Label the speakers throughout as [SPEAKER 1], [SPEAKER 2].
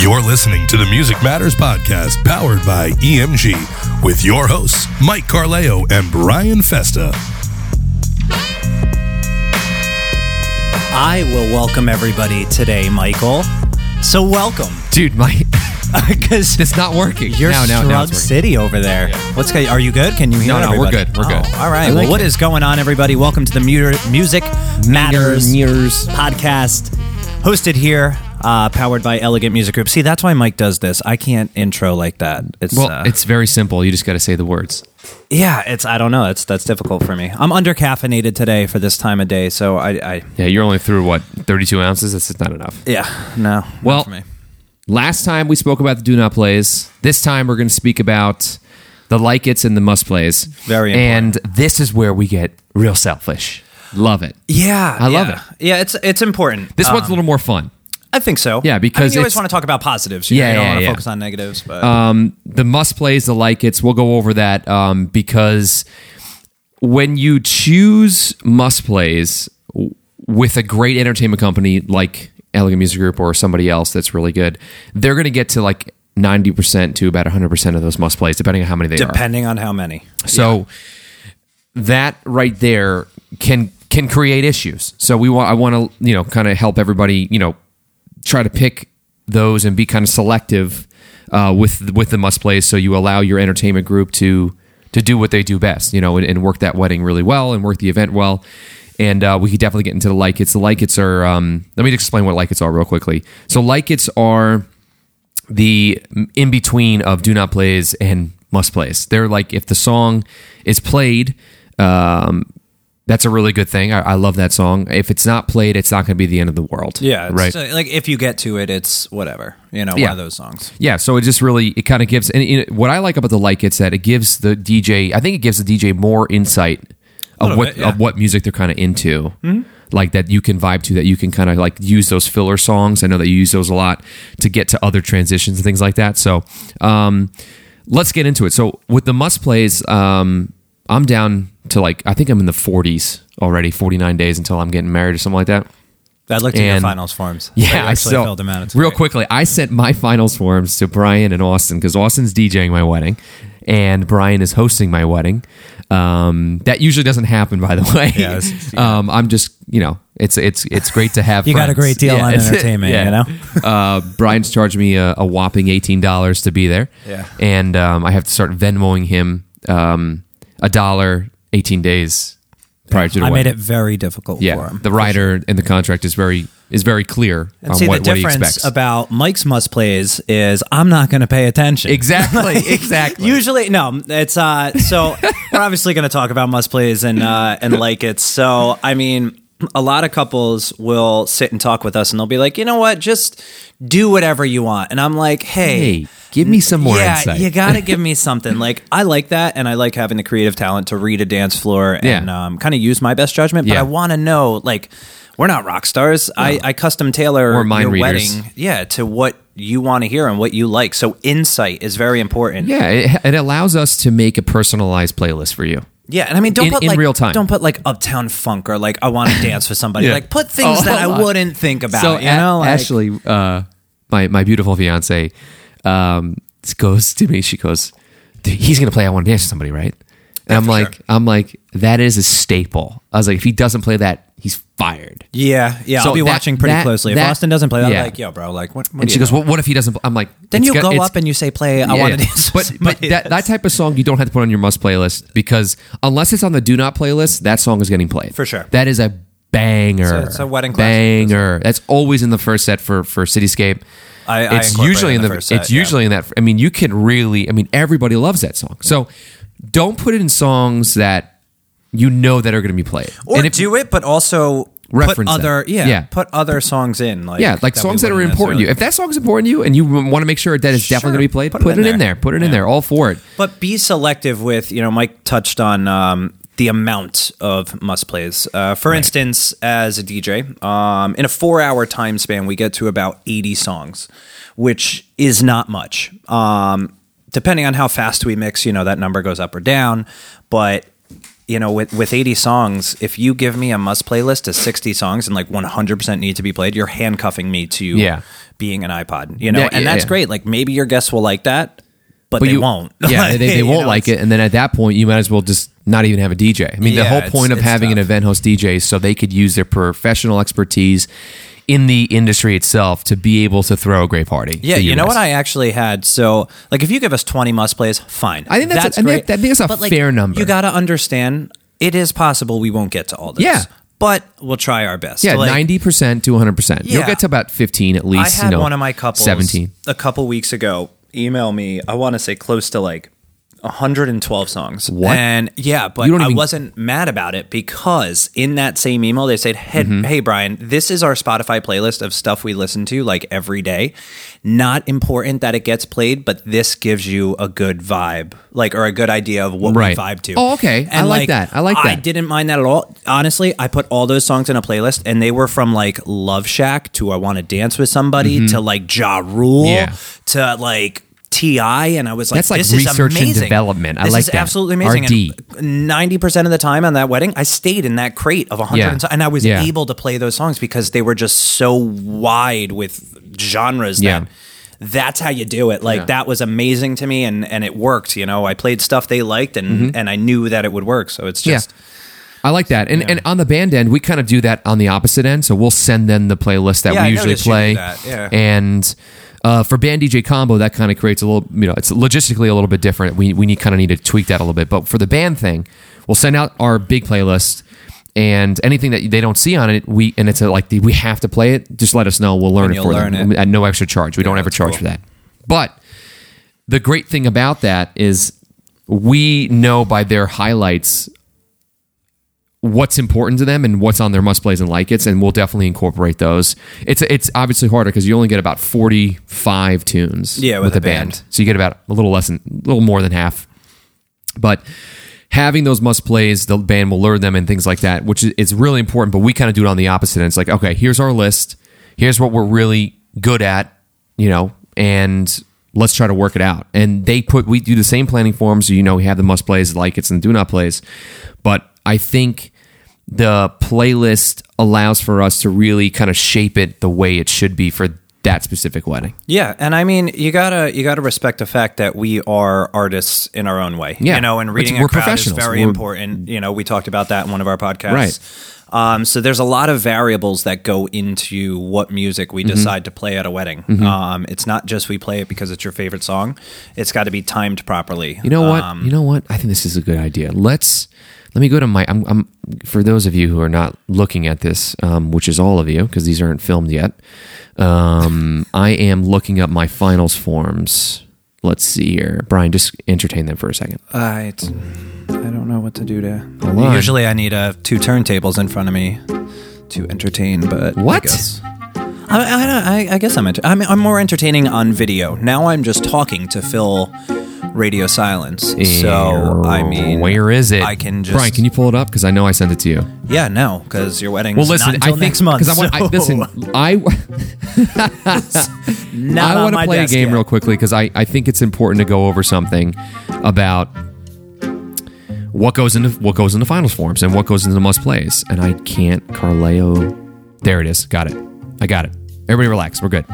[SPEAKER 1] You're listening to the Music Matters Podcast, powered by EMG, with your hosts, Mike Carleo and Brian Festa.
[SPEAKER 2] I will welcome everybody today, Michael. So welcome,
[SPEAKER 3] Dude, my
[SPEAKER 2] because
[SPEAKER 3] it's not working.
[SPEAKER 2] you're
[SPEAKER 3] no, no,
[SPEAKER 2] Strug
[SPEAKER 3] no, it's working.
[SPEAKER 2] City over there. What's go- are you good? Can you hear?
[SPEAKER 3] No, no, we're
[SPEAKER 2] everybody?
[SPEAKER 3] good. We're good.
[SPEAKER 2] Oh, All right.
[SPEAKER 3] I
[SPEAKER 2] well,
[SPEAKER 3] like
[SPEAKER 2] what
[SPEAKER 3] it.
[SPEAKER 2] is going on, everybody? Welcome to the Mu- Music Matters
[SPEAKER 3] Mirrors.
[SPEAKER 2] podcast, hosted here, uh, powered by Elegant Music Group. See, that's why Mike does this. I can't intro like that. It's
[SPEAKER 3] Well,
[SPEAKER 2] uh,
[SPEAKER 3] it's very simple. You just got to say the words.
[SPEAKER 2] yeah. It's I don't know. It's that's difficult for me. I'm under caffeinated today for this time of day, so I, I
[SPEAKER 3] Yeah, you're only through what 32 ounces. That's just not enough.
[SPEAKER 2] yeah no. not
[SPEAKER 3] Well-
[SPEAKER 2] for me.
[SPEAKER 3] Last time we spoke about the do not plays. This time we're going to speak about the like it's and the must plays.
[SPEAKER 2] Very
[SPEAKER 3] And this is where we get real selfish. Love it.
[SPEAKER 2] yeah,
[SPEAKER 3] I love
[SPEAKER 2] yeah.
[SPEAKER 3] it.
[SPEAKER 2] Yeah, it's it's important.
[SPEAKER 3] This
[SPEAKER 2] Uh,
[SPEAKER 3] one's a little more fun.
[SPEAKER 2] I think so.
[SPEAKER 3] Yeah, because
[SPEAKER 2] I mean, you always
[SPEAKER 3] it's-
[SPEAKER 2] want to talk about positives. You yeah,
[SPEAKER 3] Yeah,
[SPEAKER 2] you don't
[SPEAKER 3] yeah,
[SPEAKER 2] want to
[SPEAKER 3] yeah. Uh,
[SPEAKER 2] focus on negatives. But
[SPEAKER 3] the must plays, the like it's. We'll go over that um, because when you choose must plays w- with a great entertainment company like Elegant Music Group or somebody else that's really good, they're going to get to like 90% to about 100% of those must plays, depending on how many they are.
[SPEAKER 2] depending on how many,
[SPEAKER 3] So that right there can can create issues. So we want I want to you know kind of help everybody you know try to pick those and be kind of selective uh, with with the must plays. So you allow your entertainment group to to do what they do best, you know, and, and work that wedding really well and work the event well. And uh, we could definitely get into the like it's. The like it's are. Um, let me explain what like it's are real quickly. So like it's are the in between of do not plays and must plays. They're like if the song is played, um, that's a really good thing. I, I love that song. If it's not played, it's not going to be the end of the world.
[SPEAKER 2] yeah, it's
[SPEAKER 3] right.
[SPEAKER 2] uh, like if you get to it, it's whatever. You know, one
[SPEAKER 3] Yeah.
[SPEAKER 2] of those songs.
[SPEAKER 3] yeah, so it just really it kind of gives and you know, what I like about the like it's that it gives the DJ. I think it gives the DJ more insight of
[SPEAKER 2] Little
[SPEAKER 3] what
[SPEAKER 2] bit, yeah. Mm-hmm.
[SPEAKER 3] of what music they're kind of into. Like that you can vibe to that you can kind of like use those filler songs. I know that you use those a lot to get to other transitions and things like that. So um, let's get into it. So with the must plays, um, I'm down to like I think I'm in the 40s already, 49 days until I'm getting married or something like that.
[SPEAKER 2] I looked at your
[SPEAKER 3] And-
[SPEAKER 2] finals forms.
[SPEAKER 3] Yeah,
[SPEAKER 2] I
[SPEAKER 3] I
[SPEAKER 2] actually
[SPEAKER 3] still-
[SPEAKER 2] filled them out. It's
[SPEAKER 3] real
[SPEAKER 2] great.
[SPEAKER 3] quickly. I sent my finals forms to Brian and Austin because Austin's DJing my wedding, and Brian is hosting my wedding. Um, that usually doesn't happen, by the way.
[SPEAKER 2] Yeah, it's-
[SPEAKER 3] um, I'm just you know, it's it's it's great to have.
[SPEAKER 2] You got a
[SPEAKER 3] friends.
[SPEAKER 2] great deal on
[SPEAKER 3] it's-
[SPEAKER 2] entertainment, you know?
[SPEAKER 3] uh, Brian's charged me a, a whopping eighteen dollars to be there.
[SPEAKER 2] Yeah.
[SPEAKER 3] and um, I have to start Venmoing him um, a dollar eighteen days prior to the
[SPEAKER 2] I
[SPEAKER 3] wedding.
[SPEAKER 2] made it very difficult for
[SPEAKER 3] Yeah,
[SPEAKER 2] him.
[SPEAKER 3] the rider and the contract is very is very clear
[SPEAKER 2] and
[SPEAKER 3] on
[SPEAKER 2] see,
[SPEAKER 3] what,
[SPEAKER 2] the
[SPEAKER 3] what he
[SPEAKER 2] difference
[SPEAKER 3] expects.
[SPEAKER 2] about Mike's must plays is I'm not going to pay attention.
[SPEAKER 3] Exactly. Exactly.
[SPEAKER 2] Usually, no. It's uh. So we're obviously going to talk about must plays and uh and like it. So I mean, a lot of couples will sit and talk with us, and they'll be like, you know what, just do whatever you want. And I'm like, hey.
[SPEAKER 3] hey, give me some more
[SPEAKER 2] yeah,
[SPEAKER 3] insight.
[SPEAKER 2] you gotta give me something. Like I like that, and I like having the creative talent to read a dance floor and
[SPEAKER 3] Yeah.
[SPEAKER 2] um, kind of use my best judgment. But
[SPEAKER 3] Yeah.
[SPEAKER 2] I want to know, like, we're not rock stars. I, I custom tailor
[SPEAKER 3] We're mind
[SPEAKER 2] your
[SPEAKER 3] readers.
[SPEAKER 2] wedding, yeah, to what you want to hear and what you like. So insight is very important.
[SPEAKER 3] yeah, it, it allows us to make a personalized playlist for you.
[SPEAKER 2] Yeah, and I mean, don't
[SPEAKER 3] In-
[SPEAKER 2] put
[SPEAKER 3] in
[SPEAKER 2] like
[SPEAKER 3] real time.
[SPEAKER 2] Don't put like Uptown Funk or like I want to dance with somebody.
[SPEAKER 3] Yeah.
[SPEAKER 2] Like put things
[SPEAKER 3] Oh,
[SPEAKER 2] that I
[SPEAKER 3] hold on.
[SPEAKER 2] wouldn't think about.
[SPEAKER 3] so
[SPEAKER 2] you
[SPEAKER 3] A-
[SPEAKER 2] know, like,
[SPEAKER 3] Ashley, uh, my my beautiful fiance, um, goes to me. She goes, "Dude, "He's gonna play. I want to dance with somebody, right?" And I'm like, I'm like, that is a staple. I was like, if he doesn't play that, he's fired.
[SPEAKER 2] Yeah, yeah.
[SPEAKER 3] So
[SPEAKER 2] I'll be
[SPEAKER 3] that-
[SPEAKER 2] watching pretty
[SPEAKER 3] that-
[SPEAKER 2] closely. if
[SPEAKER 3] that-
[SPEAKER 2] Austin doesn't play that,
[SPEAKER 3] yeah.
[SPEAKER 2] I'm like, yo, bro, like what? what
[SPEAKER 3] And
[SPEAKER 2] do
[SPEAKER 3] she
[SPEAKER 2] you
[SPEAKER 3] goes,
[SPEAKER 2] know?
[SPEAKER 3] well, what if he doesn't? pl-" I'm like,
[SPEAKER 2] then
[SPEAKER 3] "It's
[SPEAKER 2] you
[SPEAKER 3] go-
[SPEAKER 2] go
[SPEAKER 3] it's-
[SPEAKER 2] up and you say, play. I
[SPEAKER 3] Yeah,
[SPEAKER 2] want to
[SPEAKER 3] yeah.
[SPEAKER 2] dance.
[SPEAKER 3] But,
[SPEAKER 2] with
[SPEAKER 3] but
[SPEAKER 2] somebody
[SPEAKER 3] that, that
[SPEAKER 2] else."
[SPEAKER 3] type of song you don't have to put on your must playlist because unless it's on the do not playlist, that song is getting played
[SPEAKER 2] For sure.
[SPEAKER 3] That is a banger.
[SPEAKER 2] So it's a wedding classic.
[SPEAKER 3] banger. That's always in the first set for for Cityscape.
[SPEAKER 2] I- I
[SPEAKER 3] it's
[SPEAKER 2] incorporate
[SPEAKER 3] usually
[SPEAKER 2] it
[SPEAKER 3] in
[SPEAKER 2] in
[SPEAKER 3] the,
[SPEAKER 2] the first set,
[SPEAKER 3] it's
[SPEAKER 2] yeah.
[SPEAKER 3] usually in that. I mean, you can really. I mean, everybody loves that song. So don't put it in songs that you know that are going to be played.
[SPEAKER 2] or
[SPEAKER 3] And if-
[SPEAKER 2] do it, but also put
[SPEAKER 3] Reference that.
[SPEAKER 2] other yeah,
[SPEAKER 3] Yeah.
[SPEAKER 2] put other songs in. Like
[SPEAKER 3] yeah, like
[SPEAKER 2] we
[SPEAKER 3] songs that are
[SPEAKER 2] wouldn't
[SPEAKER 3] important to you.
[SPEAKER 2] necessarily-
[SPEAKER 3] If that song's important to you and you want to make sure that it's definitely
[SPEAKER 2] Sure.
[SPEAKER 3] going to be played, put, it, in there. Put it in there. All for it.
[SPEAKER 2] But be selective with, you know, Mike touched on um, the amount of must plays. Uh, for instance, as a DJ, um, in a four hour time span, we get to about 80 songs, which is not much. Um, depending on how fast we mix, you know, that number goes up or down. But you know, with, with 80 songs, if you give me a must playlist of 60 songs and like 100% need to be played, you're handcuffing me to
[SPEAKER 3] Yeah.
[SPEAKER 2] being an iPod, you know,
[SPEAKER 3] Yeah,
[SPEAKER 2] and
[SPEAKER 3] yeah,
[SPEAKER 2] that's
[SPEAKER 3] yeah.
[SPEAKER 2] great. Like maybe your guests will like that, but, they
[SPEAKER 3] you
[SPEAKER 2] won't.
[SPEAKER 3] Yeah, they, they
[SPEAKER 2] You
[SPEAKER 3] won't
[SPEAKER 2] know,
[SPEAKER 3] like
[SPEAKER 2] it's-
[SPEAKER 3] it. And then at that point, you might as well just not even have a DJ. I mean,
[SPEAKER 2] Yeah,
[SPEAKER 3] the whole
[SPEAKER 2] it's-
[SPEAKER 3] point of
[SPEAKER 2] it's
[SPEAKER 3] having an
[SPEAKER 2] tough.
[SPEAKER 3] event host DJ is so they could use their professional expertise in the industry itself to be able to throw a great party.
[SPEAKER 2] Yeah,
[SPEAKER 3] for
[SPEAKER 2] you know
[SPEAKER 3] guys.
[SPEAKER 2] what I actually had. So, like, if you give us twenty must plays, fine.
[SPEAKER 3] I think that's- I think that- I think that's a fair number.
[SPEAKER 2] You got to understand, it is possible we won't get to all this.
[SPEAKER 3] Yeah.
[SPEAKER 2] but we'll try our best.
[SPEAKER 3] Yeah,
[SPEAKER 2] Like,
[SPEAKER 3] ninety percent to one hundred percent. You'll
[SPEAKER 2] Yeah.
[SPEAKER 3] get to about fifteen at
[SPEAKER 2] I
[SPEAKER 3] least.
[SPEAKER 2] had
[SPEAKER 3] you know,
[SPEAKER 2] one of my couples
[SPEAKER 3] seventeen.
[SPEAKER 2] a couple weeks ago email me. I want to say close to like 112 songs.
[SPEAKER 3] What?
[SPEAKER 2] And yeah, but
[SPEAKER 3] You don't
[SPEAKER 2] I
[SPEAKER 3] even-
[SPEAKER 2] wasn't mad about it because in that same email they said, "Hey,
[SPEAKER 3] Mm-hmm.
[SPEAKER 2] hey Brian, this is our Spotify playlist of stuff we listen to like every day. Not important that it gets played, but this gives you a good vibe, like or a good idea of what
[SPEAKER 3] Right.
[SPEAKER 2] we vibe to."
[SPEAKER 3] Oh, okay. I like that. I like
[SPEAKER 2] I
[SPEAKER 3] that.
[SPEAKER 2] didn't mind that at all. Honestly, I put all those songs in a playlist, and they were from like Love Shack to I Want to Dance with Somebody to like Ja Rule
[SPEAKER 3] Mm-hmm. Yeah.
[SPEAKER 2] to like Ti, and I was like,
[SPEAKER 3] That's like
[SPEAKER 2] this
[SPEAKER 3] research
[SPEAKER 2] is
[SPEAKER 3] and
[SPEAKER 2] amazing.
[SPEAKER 3] development. I
[SPEAKER 2] this
[SPEAKER 3] like
[SPEAKER 2] is
[SPEAKER 3] that.
[SPEAKER 2] absolutely amazing.
[SPEAKER 3] RD.
[SPEAKER 2] Ninety percent of the time on that wedding, I stayed in that crate of hundred,
[SPEAKER 3] Yeah.
[SPEAKER 2] and, so- and I was
[SPEAKER 3] Yeah.
[SPEAKER 2] able to play those songs because they were just so wide with genres.
[SPEAKER 3] Yeah.
[SPEAKER 2] That that's how you do it. Like
[SPEAKER 3] Yeah.
[SPEAKER 2] that was amazing to me, and and it worked. You know, I played stuff they liked, and
[SPEAKER 3] Mm-hmm.
[SPEAKER 2] and I knew that it would work. So it's just.
[SPEAKER 3] I like that. And and on the band end, we kind of do that on the opposite end. So we'll send them the playlist that
[SPEAKER 2] Yeah,
[SPEAKER 3] we
[SPEAKER 2] I
[SPEAKER 3] usually
[SPEAKER 2] noticed you
[SPEAKER 3] play.
[SPEAKER 2] did that, yeah.
[SPEAKER 3] And uh, for band DJ combo, that kind of creates a little, you know, it's logistically a little bit different. We we need kind of need to tweak that a little bit. But for the band thing, we'll send out our big playlist. And anything that they don't see on it, we and it's a, like the, we have to play it. Just let us know. We'll learn it
[SPEAKER 2] you'll
[SPEAKER 3] for
[SPEAKER 2] learn
[SPEAKER 3] them
[SPEAKER 2] it.
[SPEAKER 3] at no extra charge. We don't ever
[SPEAKER 2] that's
[SPEAKER 3] charge
[SPEAKER 2] cool.
[SPEAKER 3] for that. But the great thing about that is we know by their highlights what's important to them and what's on their must plays and like it's and we'll definitely incorporate those it's it's obviously harder because you only get about 45 tunes
[SPEAKER 2] Yeah, with a band.
[SPEAKER 3] so you get about a little less than a little more than half but having those must plays the band will lure them and things like that which is it's really important but we kind of do it on the opposite end it's like okay here's our list here's what we're really good at you know and let's try to work it out and they put we do the same planning for them so you know we have the must plays like it's and do not plays but i think the playlist allows for us to really kind of shape it the way it should be for that specific wedding
[SPEAKER 2] Yeah, and I mean, you gotta you gotta respect the fact that we are artists in our own way.
[SPEAKER 3] Yeah.
[SPEAKER 2] you know, and
[SPEAKER 3] It's-
[SPEAKER 2] reading
[SPEAKER 3] we're
[SPEAKER 2] a crowd is
[SPEAKER 3] professionals.
[SPEAKER 2] very
[SPEAKER 3] We're-
[SPEAKER 2] important. You know, we talked about that in one of our podcasts.
[SPEAKER 3] Right.
[SPEAKER 2] Um, so there's a lot of variables that go into what music
[SPEAKER 3] Mm-hmm.
[SPEAKER 2] we decide to play at a wedding. Um, it's not just we play it because it's your favorite song. It's got to be timed properly. Um,
[SPEAKER 3] You know what? you know what? I think this is a good idea. Let's let me go to my. I'm, I'm for those of you who are not looking at this, um, which is all of you, because these aren't filmed yet. Um, I am looking up my finals forms. Let's see here, Brian. Just entertain them for a second.
[SPEAKER 2] Uh, it's, I don't know what to do to.
[SPEAKER 3] on.
[SPEAKER 2] Usually, I need uh, two turntables in front of me to entertain, but I
[SPEAKER 3] What?
[SPEAKER 2] guess- I, I, don't- I, I guess I'm, enter- I'm. I'm more entertaining on video now. I'm just talking to fill radio silence. So I mean,
[SPEAKER 3] Eh, where is it?
[SPEAKER 2] I can just.
[SPEAKER 3] Brian, can you pull it up? Because I know I sent it to you.
[SPEAKER 2] Yeah, no, because your wedding.
[SPEAKER 3] Well, listen. I think
[SPEAKER 2] next month.
[SPEAKER 3] because I want. I,
[SPEAKER 2] so
[SPEAKER 3] listen, I.
[SPEAKER 2] not
[SPEAKER 3] I
[SPEAKER 2] on
[SPEAKER 3] want
[SPEAKER 2] my
[SPEAKER 3] to play a
[SPEAKER 2] desk
[SPEAKER 3] game
[SPEAKER 2] yet.
[SPEAKER 3] real quickly because I, I think it's important to go over something about what goes into what goes into finals forms and what goes into must plays. And I can't Carleo. There it is. Got it. I got it. Everybody relax. We're good.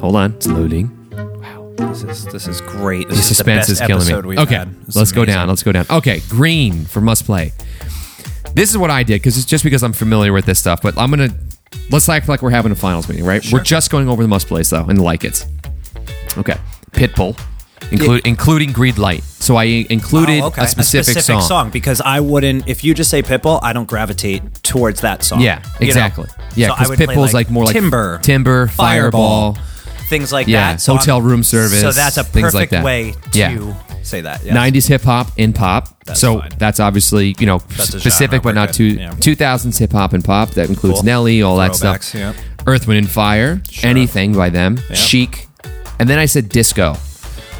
[SPEAKER 3] Hold on. It's loading.
[SPEAKER 2] This is, this is great. This
[SPEAKER 3] The
[SPEAKER 2] is
[SPEAKER 3] suspense
[SPEAKER 2] the
[SPEAKER 3] is
[SPEAKER 2] best
[SPEAKER 3] killing
[SPEAKER 2] episode
[SPEAKER 3] me.
[SPEAKER 2] We've
[SPEAKER 3] Okay.
[SPEAKER 2] had. This
[SPEAKER 3] Let's
[SPEAKER 2] is
[SPEAKER 3] go
[SPEAKER 2] amazing.
[SPEAKER 3] down. Let's go down. Okay. Green for must play. This is what I did because it's just because I'm familiar with this stuff. But I'm gonna let's act like we're having a finals meeting, right? We're just going over the must plays though and like it. Okay. Pitbull, include, including Greed Light. So I included
[SPEAKER 2] Oh, okay.
[SPEAKER 3] a, specific song.
[SPEAKER 2] because I wouldn't. If you just say Pitbull, I don't gravitate towards that song.
[SPEAKER 3] Yeah,
[SPEAKER 2] You know?
[SPEAKER 3] exactly. Yeah,
[SPEAKER 2] So I
[SPEAKER 3] because
[SPEAKER 2] would play,
[SPEAKER 3] Pitbull's like, more like
[SPEAKER 2] Timber,
[SPEAKER 3] Timber, Fireball.
[SPEAKER 2] Fireball, things like
[SPEAKER 3] Yeah,
[SPEAKER 2] that. So
[SPEAKER 3] hotel room service,
[SPEAKER 2] So that's a
[SPEAKER 3] things
[SPEAKER 2] perfect
[SPEAKER 3] like that.
[SPEAKER 2] way to
[SPEAKER 3] Yeah.
[SPEAKER 2] say that. Yes.
[SPEAKER 3] 90s hip hop and pop.
[SPEAKER 2] That's
[SPEAKER 3] so
[SPEAKER 2] fine.
[SPEAKER 3] that's obviously, you know,
[SPEAKER 2] That's a genre,
[SPEAKER 3] specific but
[SPEAKER 2] we're
[SPEAKER 3] not
[SPEAKER 2] good,
[SPEAKER 3] too
[SPEAKER 2] yeah.
[SPEAKER 3] 2000s hip hop and pop that includes
[SPEAKER 2] Cool.
[SPEAKER 3] Nelly, all that stuff.
[SPEAKER 2] Throwbacks, yeah.
[SPEAKER 3] Earth, Wind and Fire, anything by them. Chic. And then I said disco.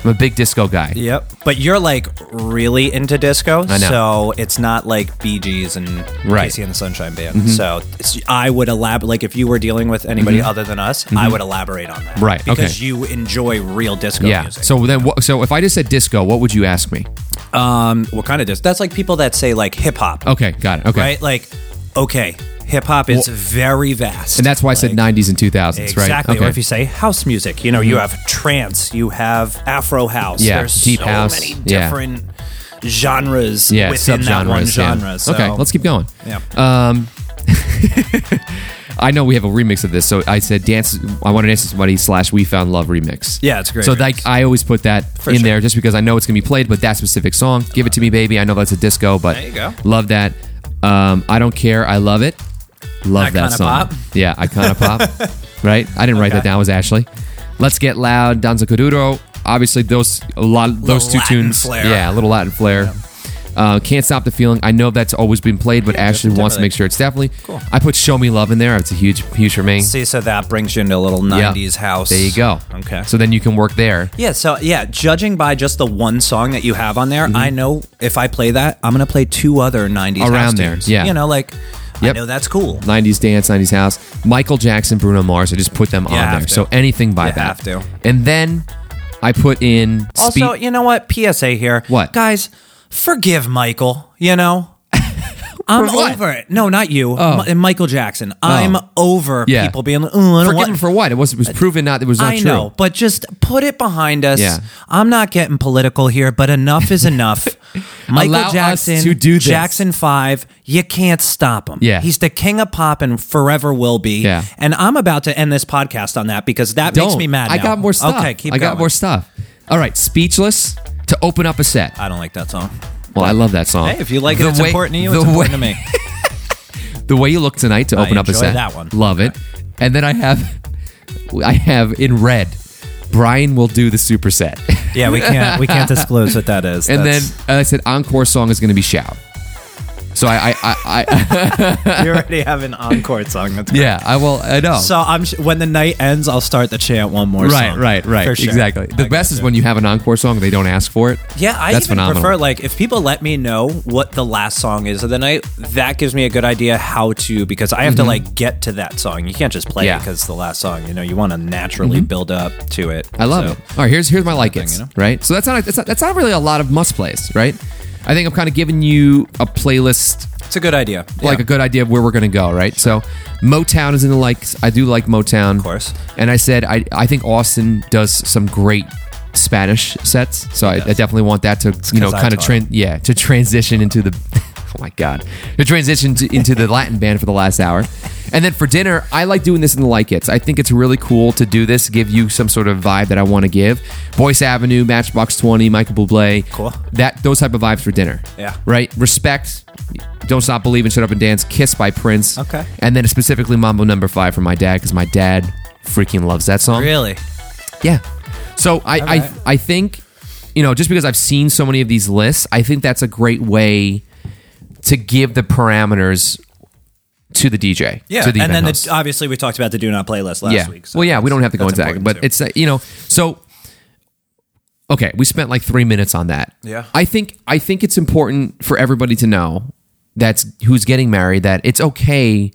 [SPEAKER 3] I'm a big disco guy.
[SPEAKER 2] Yep. But you're like really into disco,
[SPEAKER 3] I know.
[SPEAKER 2] so it's not like Bee Gees and
[SPEAKER 3] Right. Mm-hmm.
[SPEAKER 2] Casey and the Sunshine Band. So it's, I would elaborate. Like if you were dealing with anybody other than us, I would elaborate on that.
[SPEAKER 3] Mm-hmm. Right,
[SPEAKER 2] Because
[SPEAKER 3] okay.
[SPEAKER 2] you enjoy real disco
[SPEAKER 3] Yeah.
[SPEAKER 2] music.
[SPEAKER 3] So then what so if I just said disco, what would you ask me?
[SPEAKER 2] what kind of disco? That's like people that say like hip hop.
[SPEAKER 3] Okay, got it. Okay.
[SPEAKER 2] right? Like, okay, Hip hop is very vast.
[SPEAKER 3] And that's why I said
[SPEAKER 2] Like,
[SPEAKER 3] 90s and 2000s, right? Mm-hmm.
[SPEAKER 2] Exactly. Or if you say house music, you know, you have trance, you have Afro house.
[SPEAKER 3] Yeah,
[SPEAKER 2] There's
[SPEAKER 3] deep
[SPEAKER 2] so
[SPEAKER 3] house,
[SPEAKER 2] many
[SPEAKER 3] yeah.
[SPEAKER 2] different genres
[SPEAKER 3] yeah,
[SPEAKER 2] within that one
[SPEAKER 3] subgenres, yeah.
[SPEAKER 2] genre. So,
[SPEAKER 3] Okay, let's uh, keep going.
[SPEAKER 2] Yeah.
[SPEAKER 3] I know we have a remix of this, so I said dance. I want to dance with somebody slash we found love remix.
[SPEAKER 2] Yeah, it's a great
[SPEAKER 3] So
[SPEAKER 2] remix.
[SPEAKER 3] like I always put that in
[SPEAKER 2] sure.
[SPEAKER 3] there just because I know it's gonna be played, but that specific song, give it to me, baby. I know that's a disco, but
[SPEAKER 2] There you go.
[SPEAKER 3] love that. Um, I don't care. I love it. Love that
[SPEAKER 2] Icona
[SPEAKER 3] song.
[SPEAKER 2] Pop.
[SPEAKER 3] Yeah, I kind of pop. Right? I didn't write that
[SPEAKER 2] Okay.
[SPEAKER 3] down. It was Ashley. Let's get loud. Danza Coduro. Obviously, those a lot those two
[SPEAKER 2] Latin
[SPEAKER 3] tunes.
[SPEAKER 2] flair.
[SPEAKER 3] Yeah, a little Latin flair. Uh, Can't Stop the Feeling. I know that's always been played, but Ashley wants to
[SPEAKER 2] definitely.
[SPEAKER 3] make sure it's definitely.
[SPEAKER 2] Cool.
[SPEAKER 3] I put Show Me Love in there. It's a huge, huge for me.
[SPEAKER 2] see, so that brings you into a little 90s house.
[SPEAKER 3] There you go.
[SPEAKER 2] Okay.
[SPEAKER 3] So then you can work there.
[SPEAKER 2] Yeah, so yeah, judging by just the one song that you have on there, I know if I play that, I'm gonna play two other '90s house
[SPEAKER 3] Mm-hmm. Around there,
[SPEAKER 2] tunes.
[SPEAKER 3] yeah.
[SPEAKER 2] You know, like I
[SPEAKER 3] Yep.
[SPEAKER 2] know that's cool.
[SPEAKER 3] 90s dance, 90s house. Michael Jackson, Bruno Mars. I just put them on
[SPEAKER 2] have
[SPEAKER 3] there.
[SPEAKER 2] to.
[SPEAKER 3] So anything by
[SPEAKER 2] You
[SPEAKER 3] that.
[SPEAKER 2] have to.
[SPEAKER 3] And then I put in.
[SPEAKER 2] Also,
[SPEAKER 3] spe-
[SPEAKER 2] you know what? PSA here,
[SPEAKER 3] What?
[SPEAKER 2] guys? Forgive Michael. You know. I'm
[SPEAKER 3] what? Oh.
[SPEAKER 2] over it. No, not you. Mi- Michael Jackson. I'm over
[SPEAKER 3] Yeah.
[SPEAKER 2] people being like, "Ooh, I don't
[SPEAKER 3] Forgive
[SPEAKER 2] want-
[SPEAKER 3] him for what? It was, it was proven not. It was not
[SPEAKER 2] I
[SPEAKER 3] true.
[SPEAKER 2] know, but just put it behind us.
[SPEAKER 3] Yeah.
[SPEAKER 2] I'm not getting political here, but enough is enough. Michael
[SPEAKER 3] Allow us
[SPEAKER 2] Jackson,
[SPEAKER 3] to do this.
[SPEAKER 2] Jackson Five, you can't stop him.
[SPEAKER 3] Yeah.
[SPEAKER 2] he's the king of pop and forever will be.
[SPEAKER 3] Yeah.
[SPEAKER 2] and I'm about to end this podcast on that because that
[SPEAKER 3] Don't.
[SPEAKER 2] makes me mad.
[SPEAKER 3] I
[SPEAKER 2] now.
[SPEAKER 3] got more stuff.
[SPEAKER 2] Okay, keep.
[SPEAKER 3] I got
[SPEAKER 2] going.
[SPEAKER 3] more stuff. All right, speechless to open up a set.
[SPEAKER 2] I don't like that song.
[SPEAKER 3] Well, I love that song.
[SPEAKER 2] Hey, if you like
[SPEAKER 3] The
[SPEAKER 2] it, it's
[SPEAKER 3] way-
[SPEAKER 2] important to you.
[SPEAKER 3] the
[SPEAKER 2] It's important to
[SPEAKER 3] way-
[SPEAKER 2] me.
[SPEAKER 3] The way you look tonight to open up a
[SPEAKER 2] enjoy
[SPEAKER 3] set.
[SPEAKER 2] that one.
[SPEAKER 3] Love it. And then I have, I have in red. Brian will do the superset.
[SPEAKER 2] Yeah, we can't. We can't disclose what that is.
[SPEAKER 3] and
[SPEAKER 2] That's-
[SPEAKER 3] then I said encore song is going to be shout. So I, I, I, I
[SPEAKER 2] you already have an encore song. That's great.
[SPEAKER 3] yeah, I will. I know.
[SPEAKER 2] So I'm sh- when the night ends, I'll start the chant one more.
[SPEAKER 3] right,
[SPEAKER 2] song.
[SPEAKER 3] right, right.
[SPEAKER 2] For sure.
[SPEAKER 3] Exactly. The
[SPEAKER 2] I
[SPEAKER 3] best
[SPEAKER 2] got
[SPEAKER 3] is
[SPEAKER 2] you.
[SPEAKER 3] when you have an encore song. They don't ask for it.
[SPEAKER 2] Yeah, I
[SPEAKER 3] That's
[SPEAKER 2] even
[SPEAKER 3] phenomenal.
[SPEAKER 2] prefer like if people let me know what the last song is of the night, that gives me a good idea how to because I have to like get to that song. You can't just play
[SPEAKER 3] Mm-hmm. Yeah. Mm-hmm.
[SPEAKER 2] it because it's the last song. You know, you want to naturally build up to it.
[SPEAKER 3] I love
[SPEAKER 2] So,
[SPEAKER 3] it. All right, here's here's my like it.
[SPEAKER 2] you know?
[SPEAKER 3] Right. So that's not, that's not that's not really a lot of must plays, right? I think I'm kind of giving you a playlist,
[SPEAKER 2] It's a good idea.
[SPEAKER 3] like a good idea of where we're gonna go, right? So Motown is in the likes. I do like Motown, of
[SPEAKER 2] course.
[SPEAKER 3] And I said I I think Austin does some great Spanish sets, so I, I definitely want that to you know
[SPEAKER 2] 'cause I
[SPEAKER 3] kind of
[SPEAKER 2] taught
[SPEAKER 3] tran- yeah to transition into the oh my god to transition to, into the Latin band for the last hour. And then for dinner, I like doing this in the like it's. I think it's really cool to do this, give you some sort of vibe that I want to give. Voice Avenue, Matchbox Twenty, Michael Bublé,
[SPEAKER 2] Cool.
[SPEAKER 3] That those type of vibes for dinner.
[SPEAKER 2] Yeah.
[SPEAKER 3] Right. Respect. Don't stop believing. Shut up and dance. Kiss by Prince.
[SPEAKER 2] Okay.
[SPEAKER 3] And then specifically Mambo Number Five for my dad because my dad freaking loves that song.
[SPEAKER 2] Really?
[SPEAKER 3] Yeah. So I, I I think you know just because I've seen so many of these lists, I think that's a great way to give the parameters to the DJ.
[SPEAKER 2] Yeah.
[SPEAKER 3] To the
[SPEAKER 2] and
[SPEAKER 3] event
[SPEAKER 2] then
[SPEAKER 3] host.
[SPEAKER 2] the, obviously we talked about the do not playlist last
[SPEAKER 3] yeah.
[SPEAKER 2] week.
[SPEAKER 3] well, yeah, we don't have to
[SPEAKER 2] that's-
[SPEAKER 3] go into
[SPEAKER 2] that's
[SPEAKER 3] that, but
[SPEAKER 2] important
[SPEAKER 3] it's uh, you know so. Okay, we spent like three minutes on that.
[SPEAKER 2] Yeah.
[SPEAKER 3] I think I think it's important for everybody to know that's who's getting married that it's okay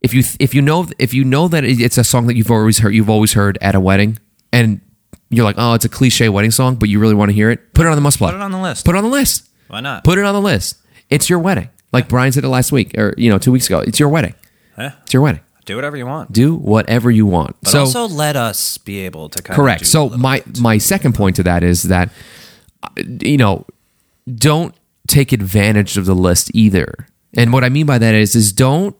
[SPEAKER 3] if you if you know if you know that it- it's a song that you've always heard you've always heard at a wedding and you're like oh it's a cliche wedding song but you really want to hear it put it on the must play
[SPEAKER 2] Put it on the list.
[SPEAKER 3] put it on the list
[SPEAKER 2] Why not?
[SPEAKER 3] put it on the list it's your wedding like Brian said it last week or you know two weeks ago it's your wedding
[SPEAKER 2] Yeah.
[SPEAKER 3] it's your wedding
[SPEAKER 2] do whatever you want.
[SPEAKER 3] do whatever you want
[SPEAKER 2] But
[SPEAKER 3] so
[SPEAKER 2] also let us be able to kind
[SPEAKER 3] correct
[SPEAKER 2] Of do a
[SPEAKER 3] so
[SPEAKER 2] little-
[SPEAKER 3] my my second point to that is that uh, you know don't take advantage of the list either and what i mean by that is is don't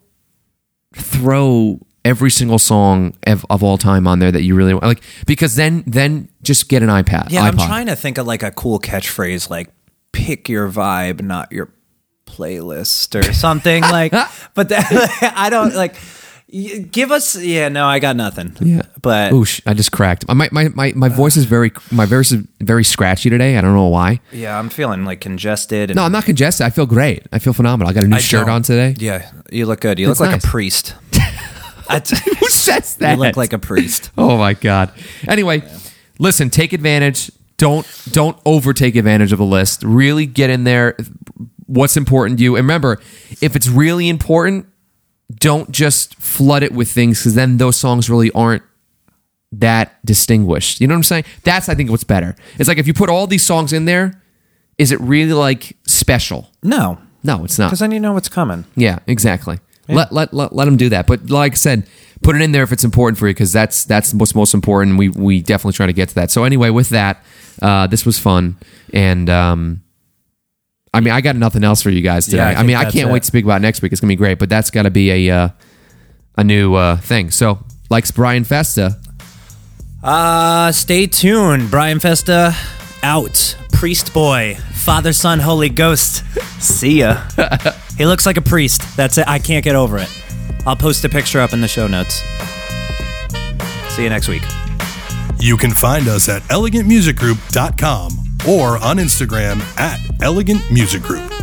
[SPEAKER 3] throw every single song of, of all time on there that you really want like because then then just get an ipad
[SPEAKER 2] yeah, I'm
[SPEAKER 3] iPod.
[SPEAKER 2] trying to think of like a cool catchphrase like pick your vibe, not your playlist or something like but that, I don't like y- give us yeah, no, I got nothing.
[SPEAKER 3] yeah
[SPEAKER 2] But
[SPEAKER 3] Oosh, i just cracked my my my, my voice is very my verse is very scratchy today i don't know why
[SPEAKER 2] yeah, I'm feeling like congested and
[SPEAKER 3] no i'm not congested i feel great i feel phenomenal i got a new
[SPEAKER 2] I
[SPEAKER 3] shirt
[SPEAKER 2] don't-
[SPEAKER 3] on today
[SPEAKER 2] Yeah, you look good. You
[SPEAKER 3] That's
[SPEAKER 2] look like
[SPEAKER 3] nice.
[SPEAKER 2] a priest. I t-
[SPEAKER 3] who says that
[SPEAKER 2] you look like a priest.
[SPEAKER 3] Oh my god. Anyway, listen, take advantage. Don't don't overtake advantage of the list. Really get in there what's important to you. And remember, if it's really important, don't just flood it with things cuz then those songs really aren't that distinguished. You know what I'm saying? That's I think what's better. It's like if you put all these songs in there, is it really like special?
[SPEAKER 2] No,
[SPEAKER 3] No, it's not.
[SPEAKER 2] because then you know what's coming.
[SPEAKER 3] Yeah, exactly. Let, let let let them do that. But like I said, put it in there if it's important for you because that's that's what's most important. We we definitely try to get to that. So anyway, with that, uh, this was fun, and um, I mean, I got nothing else for you guys today.
[SPEAKER 2] Yeah, I
[SPEAKER 3] I,
[SPEAKER 2] think
[SPEAKER 3] mean, I
[SPEAKER 2] that's
[SPEAKER 3] can't
[SPEAKER 2] it.
[SPEAKER 3] wait to speak about it next week. It's gonna be great. But that's got to be a uh, a new uh, thing. So likes Brian Festa.
[SPEAKER 2] Uh, stay tuned. Brian Festa out. Priest boy, father, son, Holy Ghost. See ya. he looks like a priest. That's it. I can't get over it. I'll post a picture up in the show notes. See you next week.
[SPEAKER 1] You can find us at elegantmusicgroup.com or on Instagram at elegantmusicgroup.